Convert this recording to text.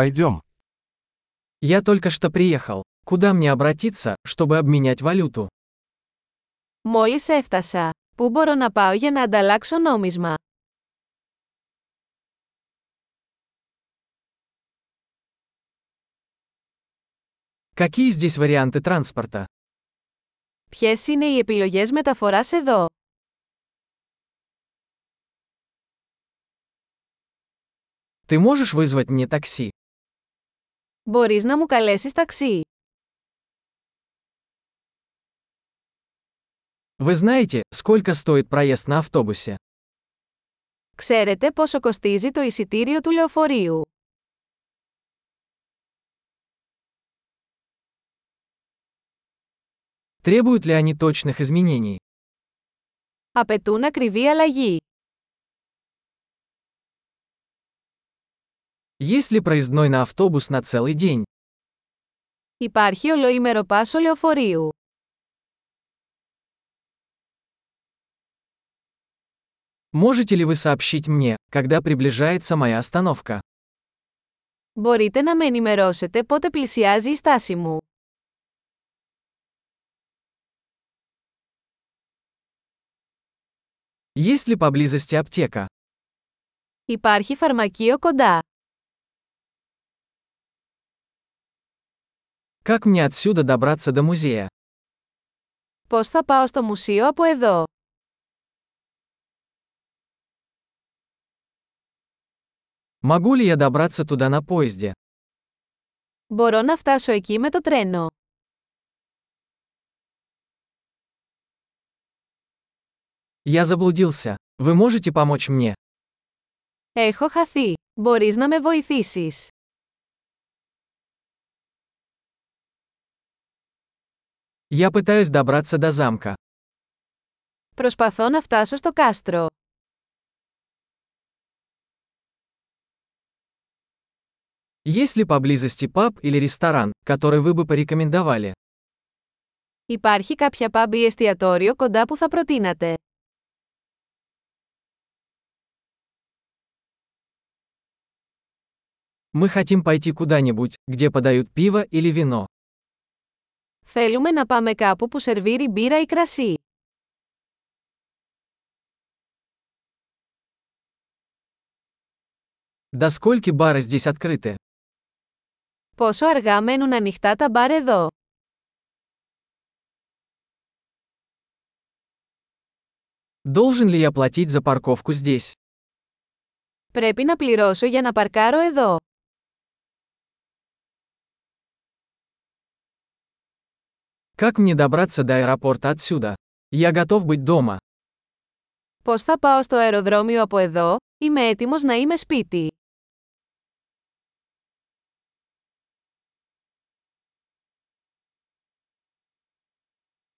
Пойдем. Я только что приехал. Куда мне обратиться, чтобы обменять валюту? Μόλις έφτασα. Πού μπορώ να πάω για να ανταλλάξω νόμισμα. Какие здесь варианты транспорта? Ποιες είναι οι επιλογές μεταφοράς εδώ. Ты можешь вызвать мне такси? Μπορείς να μου καλέσεις ταξί. Вы знаете, сколько стоит проезд на автобусе? Ξέρετε πόσο κοστίζει το εισιτήριο του λεωφορείου. Требуют ли они точных изменений? Απαιτούν ακριβή αλλαγή. Есть ли проездной на автобус на целый день? Υπάρχει ολοήμερο πάσο λεωφορείου. Можете ли вы сообщить мне, когда приближается моя остановка? Μπορείτε να με ενημερώσετε πότε πλησιάζει η στάση μου. Есть ли поблизости аптека? Υπάρχει φαρμακείο κοντά. Как мне отсюда добраться до музея? Πώς θα πάω στο μουσείο από εδώ. Могу ли я добраться туда на поезде? Μπορώ να φτάσω εκεί με το τρένο. Я заблудился. Вы можете помочь мне? Έχω χαθεί. Μπορείς να με βοηθήσεις. Я пытаюсь добраться до замка. Προσπαθώ να φτάσω στο κάστρο. Есть ли поблизости паб или ресторан, который вы бы порекомендовали? Υπάρχει κάποια pub ή εστιατόριο κοντά που θα προτείνατε. Мы хотим пойти куда-нибудь, где подают пиво или вино. Θέλουμε να πάμε κάπου που σερβίρει μπύρα ή κρασί. До скольки бары здесь открыты? Πόσο αργά μένουν ανοιχτά τα μπαρ εδώ. Должен ли я платить за парковку здесь? Πρέπει να πληρώσω για να παρκάρω εδώ. Как мне добраться до аэропорта отсюда? Я готов быть дома. Πώς θα πάω στο αεροδρόμιο από εδώ, είμαι έτοιμος να είμαι σπίτι.